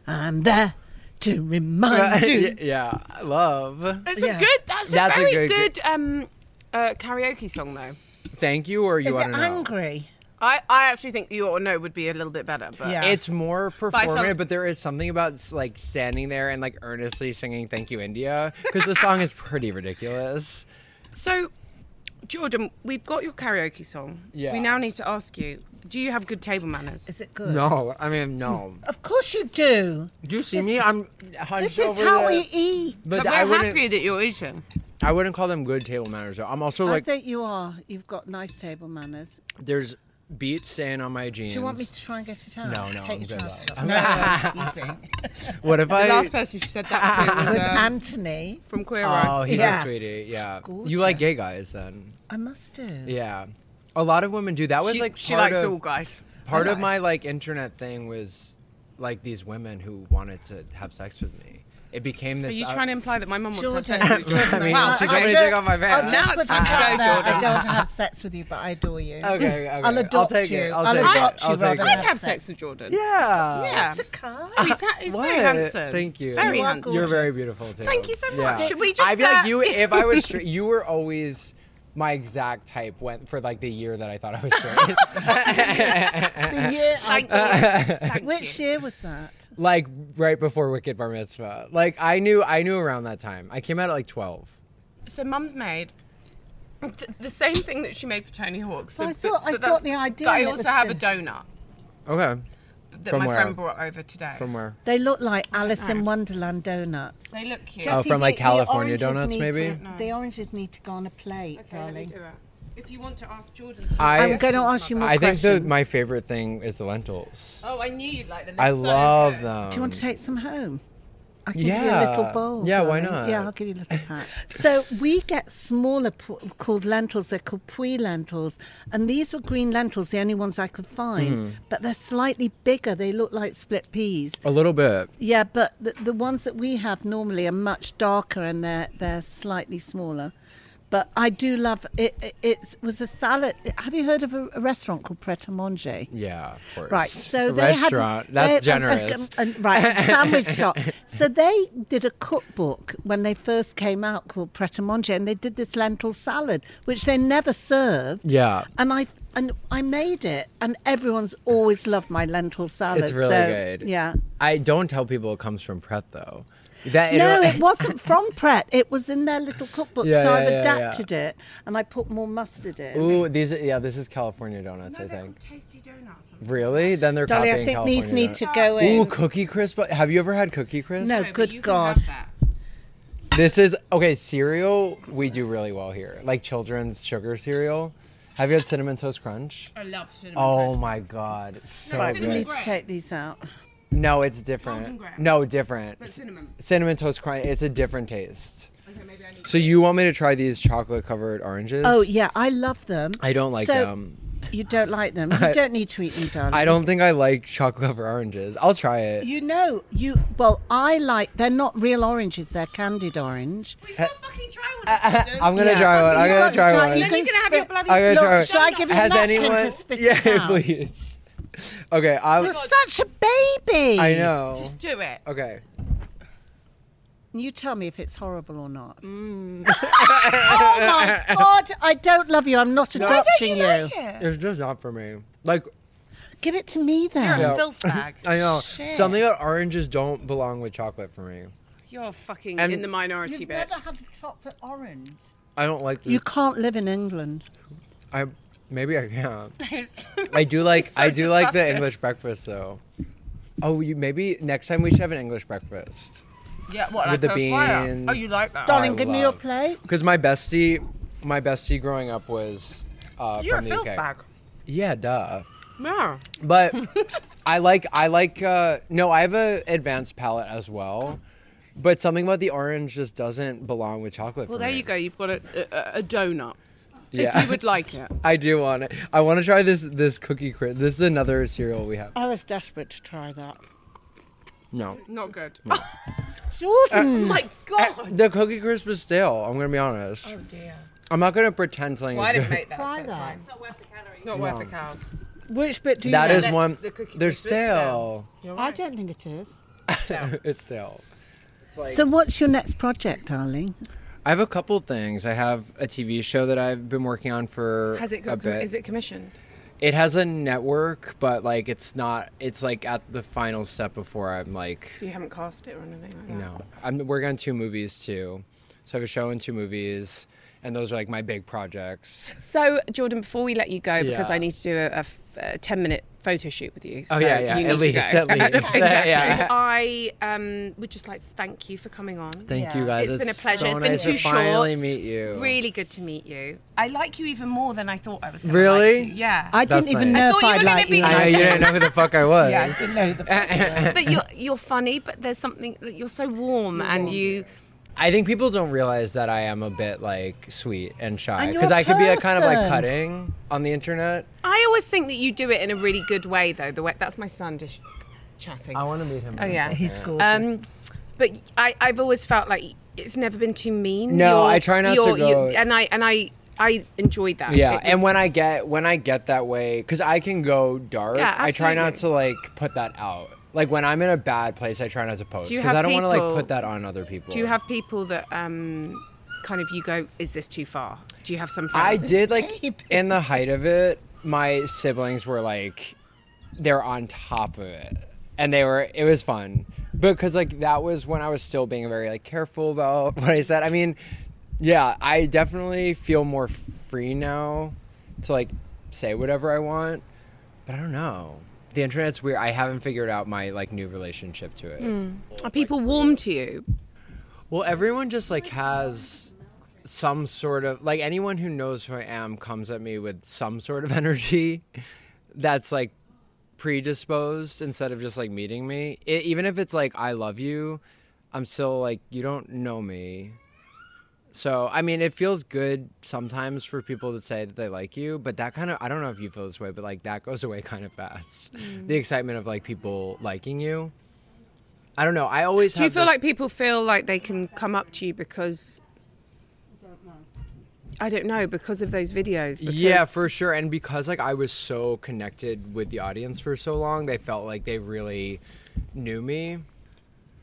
I'm there to remind you. [LAUGHS] yeah. Love. It's Yeah. a good. That's, That's a a very good- good, um, uh, karaoke song, though. Thank you, or you Is want it to know? angry? I, I actually think you or no would be a little bit better. But Yeah. It's more I performative, felt- but there is something about like standing there and like earnestly singing "Thank You, India" because the song is pretty ridiculous. so, Jordan, we've got your karaoke song. Yeah. We now need to ask you: Do you have good table manners? Is it good? No, I mean no. Of course you do. Do you see me? I'm hunched This is over how the- we eat. But But I we're wouldn't. happy that you're Asian. I wouldn't call them good table manners. Though. I'm also like I think you are. You've got nice table manners. there's beets sand on my jeans. Do you want me to try and get it out? No, no, Take I'm your good, trousers love. off. No, [LAUGHS] I'm teasing. What if The I? last person she said that to was With uh, Anthony, from Queer oh, Eye. he's Yeah. a sweetie. Yeah. You like gay guys then? I must do. Yeah. A lot of women do. That was She, like she part likes of, all guys. part of my like internet thing was like these women who wanted to have sex with me. It became Are this. you uh, trying to imply that my mum wants to Jordan. have sex with children? I mean, Wow, she told okay. me to take off Oh, my I'll pants. just Now put it's it out time to go, there. I Jordan. don't want [LAUGHS] to have sex with you, but I adore you. Okay, okay. I'll adopt take you. It. I'll, I'll take adopt it. you I'll take rather it. I'd have sex with Jordan. Yeah. Yeah. Jessica. Oh, he's, ha- he's What? very handsome. Thank you. Very You are handsome. You're gorgeous. very beautiful too. Thank you so much. Yeah. Should we just, I feel like uh, you. If I [LAUGHS] was straight, you were always my exact type. Went for like the year that I thought I was straight. [LAUGHS] [LAUGHS] The year I- Thank you. [LAUGHS] Thank Which you. year was that? like right before Wicked Bar Mitzvah. Like I knew. I knew around that time. I came out at like twelve. So mum's made th- the same thing that she made for Tony Hawk. So, Well, I thought- I that's- got the idea But I it also was have a to- donut Okay. that From my where? friend brought over today. From where? They look like Alice in Wonderland donuts. They look cute. Oh, Ah. See, from, like, the- the California oranges donuts, need maybe? to- the oranges need to go on a plate, Okay, let me darling. do it. If you want to ask Jordan, some I- I'm going to ask you more I think questions. that my favorite thing is the lentils. Oh, I knew you'd like them. They're I so love good. them. Do you want to take some home? I can give you a Um, yeah. little bowl. Yeah, why darling. not? Yeah, I'll give you a little [LAUGHS] pack. so we get smaller p- called lentils. They're called pui lentils, and these were green lentils, the only ones I could find. Hmm. But they're slightly bigger. They look like split peas. a little bit. Yeah, but the, the ones that we have normally are much darker and they're they're slightly smaller. But I do love it. It it's, was a salad. Have you heard of a, a restaurant called Pret a Manger? Yeah, of course. Right, so A they restaurant. had That's um, they- a- a- generous. uh, a- a- right, a sandwich [LAUGHS] shop. So they did a cookbook when they first came out called Pret a Manger, and they did this lentil salad, which they never served. Yeah. and I and I made it, and everyone's always loved my lentil salad. It's really so, good. Yeah. I don't tell people it comes from Pret though. That No, it'll- it wasn't from Pret. It was in their little cookbook. Yeah, so yeah, I've yeah, yeah. adapted it and I put more mustard in. [LAUGHS] Ooh, these are, yeah, this is California donuts, No, I they're think. called tasty donuts. Really? Then they're Dolly, I copying think these California need to donuts. go in. Ooh, cookie crisp. Have you ever had cookie crisp? No, but good you can God. have that. This is okay. Cereal, we do really well here. Like children's sugar cereal. Have you had cinnamon toast crunch? I love cinnamon. Oh toast. my god, it's so No, We cinnamon good. need to Right. take these out. No, it's Golden different. graham. No, different. But cinnamon. Cinnamon toast crunch. It's a different taste. Okay, maybe I need So you want me to try these chocolate covered oranges? Oh, yeah, I love them. I don't like So- them. You don't like them. You don't need to eat them, darling. I don't think I like chocolate covered oranges. I'll try it. You know, you. Well, I like. They're not real oranges, they're candied orange. We've got to fucking try [LAUGHS] one. of them, Jordan. [LAUGHS] I'm gonna try one. You I'm got gonna to try try- one. you Then you're gonna have spit- your bloody. I'm gonna Look, try one. shall I give you a Has napkin anyone? to spit [LAUGHS] yeah, it out? please. Okay, I. You're such a baby. I know. Just do it. Okay. You tell me if it's horrible or not. [LAUGHS] oh [LAUGHS] my God! I don't love you. I'm not adopting you. It's just not for me. Like Give it to me then. You're a filth bag. [LAUGHS] I know Shit. something about oranges don't belong with chocolate for me. You're fucking And- in the minority, You've bitch. never had a chocolate orange. I don't like. You You, can't live in England. I maybe [LAUGHS] I can. [LAUGHS] I do like. so I do like the disgusting. English breakfast though. Oh, you maybe next time we should have an English breakfast. yeah, what, with like the a fire? beans. Oh, you like that? Darling, I give me your love- plate. Because my bestie, my bestie growing up was uh, You're a from the filth UK. bag. Yeah, duh. No. [LAUGHS] But I like. I like. Uh, no, I have a advanced palate as well. But something about the orange just doesn't belong with chocolate. Well, for there me. you go. You've got a, a, a donut. Yeah. If you would like [LAUGHS] it. I do want it. I want to try this this cookie crisp. This is another cereal we have. I was desperate to try that. No. Not good. Jordan, Oh my god. The cookie crisp is stale. I'm gonna be honest. Oh dear. I'm not gonna pretend something. Well, I is didn't good. make that. Try so it's that. fine. It's not worth the calories. Not worth the cows. which bit do you That know? is The- one. the cookie they're crisp is stale. stale. I don't think it is. [LAUGHS] It's stale. So, what's your next project, darling? I have a couple things. I have a TV show that I've been working on for Has it a got? Com- bit. is it commissioned? It has a network, but like it's not. It's like at the final step before I'm like, So you haven't cast it or anything like that. no. I'm working on two movies too, so I have a show and two movies, and those are like my big projects. So Jordan, before we let you go, because Yeah. I need to do a- a, f- a ten minute photo shoot with you. Oh, so yeah, yeah, You at need least, to at go. [LAUGHS] least. exactly. Yeah. I um, would just like to thank you for coming on. Thank Yeah. you guys. It's been a pleasure. So it's been nice too to finally short. meet you. Really good to meet you. I like you even more than I thought I was. Gonna Really? Like you. Yeah. I That's didn't even nice. I know thought if you I'd were gonna like be you. like- I know you didn't know who [LAUGHS] the fuck I was. I didn't know the [LAUGHS] that you're you're funny, but there's something that you're so warm and you. I think people don't realize that I am a bit like sweet and shy And you're because a I could be like, kind of like person. cutting on the internet. I always think that you do it in a really good way, though. The way that's my son just chatting. I want to meet him. oh yeah, He's gorgeous. Um, but I, I've always felt like it's never been too mean. No, I try not to go- and I and I I enjoyed that. Yeah, It and was- when I get when I get that way, because I can go dark. Yeah, I try not to absolutely. like put that out. Like when I'm in a bad place, I try not to post Do you because have I don't want to people- like put that on other people. do you have people that um, kind of you go, is this too far? Do you have some? Friends? I did like in the height of it. My siblings were like, they're on top of it, and they were. It was fun because like that was when I was still being very like careful about [LAUGHS] what I said. I mean, yeah, I definitely feel more free now to like say whatever I want, but I don't know. The internet's weird. I haven't figured out my like new relationship to it. Are people warm to you? Well, everyone just like has some sort of like anyone who knows who I am comes at me with some sort of [LAUGHS] energy that's like predisposed instead of just like meeting me. It, even if it's like I love you, I'm still like you don't know me. So, I mean, it feels good sometimes for people to say that they like you, but that kind of I don't know if you feel this way, but like that goes [LAUGHS] away kind of fast. Mm. The excitement of like people liking you. I don't know. I always Do you have feel this- like people feel like they can come up to you because? I don't know because of those videos. Because yeah for sure and because like i was so connected with the audience for so long they felt like they really knew me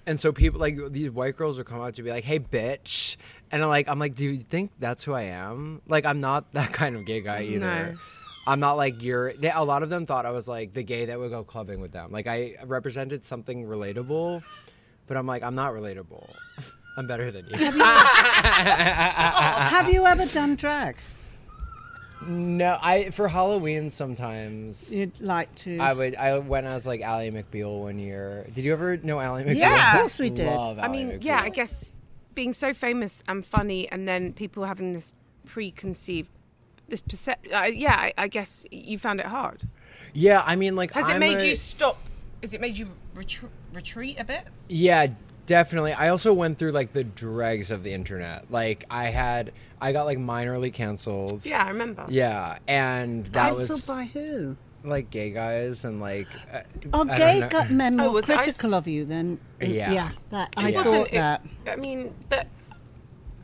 and so people like these white girls would come up to be like hey bitch and i'm like i'm like do you think that's who i am like i'm not [LAUGHS] that kind of gay guy either No. i'm not like you're they, a lot of them thought i was like the gay that would go clubbing with them like i represented something relatable but i'm like i'm not relatable i'm better than you [LAUGHS] Have you ever done drag? [LAUGHS] no i for halloween sometimes You'd like to. I would. I when I was like Ally McBeal one year. Did you ever know Ally McBeal? Yeah, of course we did. Love I Ally mean, yeah, I McBeal. guess being so famous and funny, and then people having this preconceived, this perception. Uh, yeah, I, I guess you found it hard. Yeah, I mean, like, Has it I'm made a- you stop? Has it made you retr- retreat a bit? Yeah, definitely. I also went through like the dregs of the internet. Like, I had, I got like minorly canceled. Yeah, I remember. Yeah, and that Cancelled was by who? like gay guys and like. Uh, Are I don't gay know. gu- men more Oh, was I- critical of you than? Yeah. yeah that, I It thought Wasn't it- that. I mean, but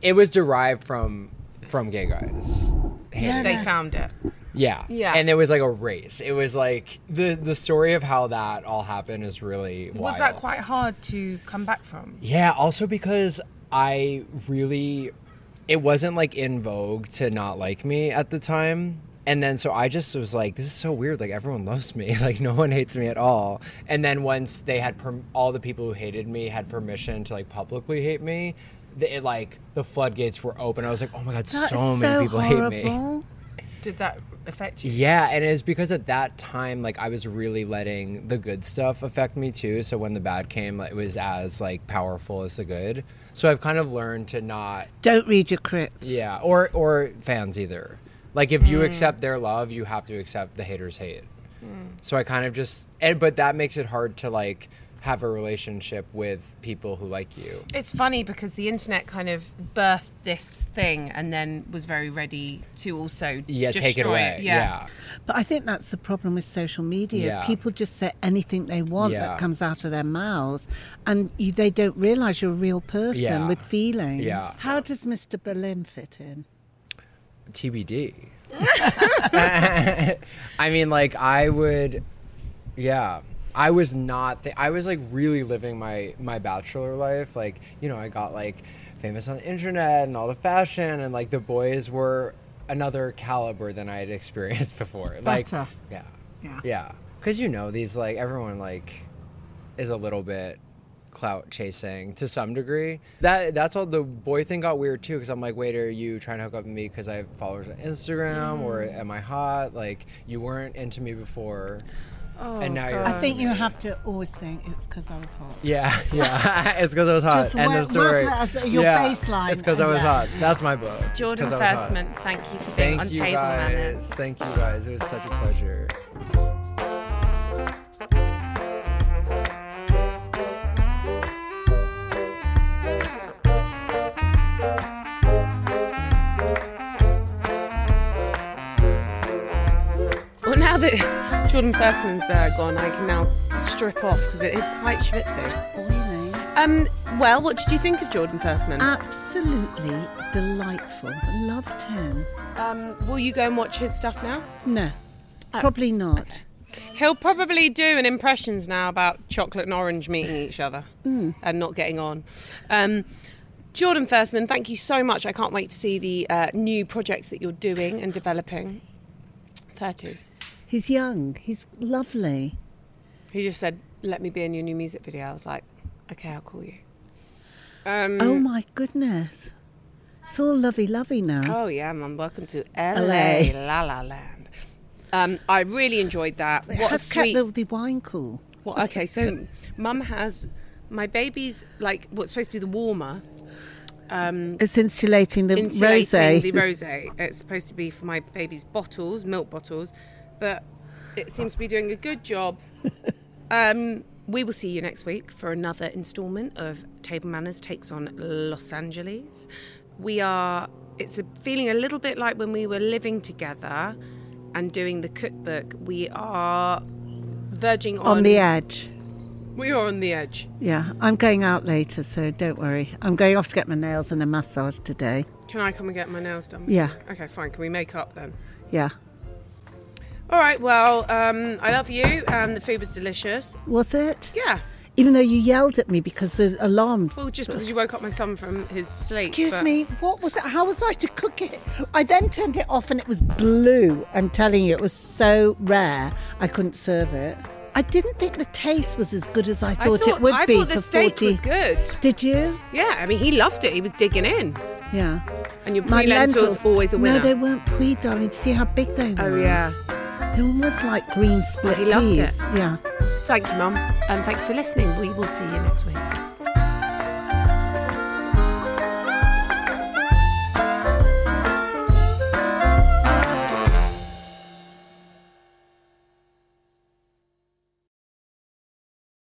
It was derived from from gay guys. they found it. Yeah. Yeah. And it was like a race. It was like the the story of how that all happened is really wild. Was that quite hard to come back from? Yeah, also because I really it wasn't like in vogue to not like me at the time. And then so I just was like this is so weird like everyone [LAUGHS] loves me like no one hates me at all. And then once they had perm- all the people who hated me had permission to like publicly hate me, the, it like the floodgates were open. I was like, "Oh my god, That so is many so people horrible. hate me." Did that affect you? Yeah, and it's because at that time, like I was really letting the good stuff affect me too. So when the bad came, like, it was as like powerful as the good. So I've kind of learned to not, Don't read your crits. yeah, or or fans either. Like if you accept their love, you have to accept the haters' hate. So I kind of just, and, but that makes it hard to like have a relationship with people who like you. It's funny because the internet kind of birthed this thing and then was very ready to also Yeah, take it destroy away. yeah. But I think that's the problem with social media. Yeah. People just say anything they want Yeah. that comes out of their mouths, and you, they don't realise you're a real person Yeah. with feelings. Yeah. How does Mr. Berlin fit in? TBD. I mean, like I would, yeah. I was not. Th- I was like really living my my bachelor life. Like you know, I got like famous on the internet and all the fashion, and like the boys were another caliber than I had [LAUGHS] experienced before. Like, Better. yeah, Yeah. yeah. Because you know, these like everyone like is a little bit clout chasing to some degree. That that's all the boy thing got weird too because I'm like, wait, are you trying to hook up with me because I have followers on Instagram or Mm. am I hot? Like you weren't into me before, oh, and now you're. I think you have to always think it's because I was hot. [LAUGHS] Yeah, yeah. [LAUGHS] it's because I was hot. Just End work- of story. work less- your yeah. baseline, It's because I and was yeah. hot. That's my book. It's 'cause Jordan I was hot. Fersman, thank you for being Thank on you Table guys. Manners. Thank you guys. It was such a pleasure. Well, now that Jordan Fersman's uh, gone, I can now strip off because it is quite schwitzy. Boiling. Um, well, what did you think of Jordan Fersman? Uh, Absolutely delightful. Loved him. um, will you go and watch his stuff now? No, probably not. He'll probably do an impressions now about chocolate and orange meeting each other and not getting on. Um, Jordan Fersman, thank you so much. I can't wait to see the uh, new projects that you're doing and developing. 30. He's young. He's lovely. He just said, let me be in your new music video. I was like, okay, I'll call you. Um, Oh my goodness. It's all lovey lovey now. Oh yeah, mum. Welcome to LA, La La Land. Um, I really enjoyed that. It What a has sweet. kept the, the wine cool. what- okay, so mum has my baby's like what's supposed to be the warmer It's insulating the insulating rosé. the rosé. It's supposed to be for my baby's bottles, milk bottles, but it seems to be doing a good [LAUGHS] job. um, we will see you next week for another instalment of Table Manners takes on Los Angeles. We are. It's a feeling a little bit like when we were living together and doing the cookbook. We are verging on, on the e- edge. We are on the edge. Yeah, I'm going out later, so don't worry. I'm going off to get my nails and a massage today. Can I come and get my nails done? Yeah. Okay, fine. Can we make up then? Yeah. All right, well, um, I love you, and the food was delicious. Was it? Yeah, Even though you yelled at me because the alarm. well, just because you woke up my son from his sleep. Excuse but- me, what was it? How was I to cook it? I then turned it off and it was blue. I'm telling you, it was so rare I couldn't serve it. I didn't think the taste was as good as I I thought, it would I be thought the for steak 40. was good. Did you? Yeah, I mean, he loved it. He was digging in, Yeah. and your My pre lentils always a winner. No, they weren't pui, darling. Did you see how big they were? oh yeah. They're almost like green split He loved peas. it. Yeah. Thank you, mum, and thank you for listening. We will see you next week.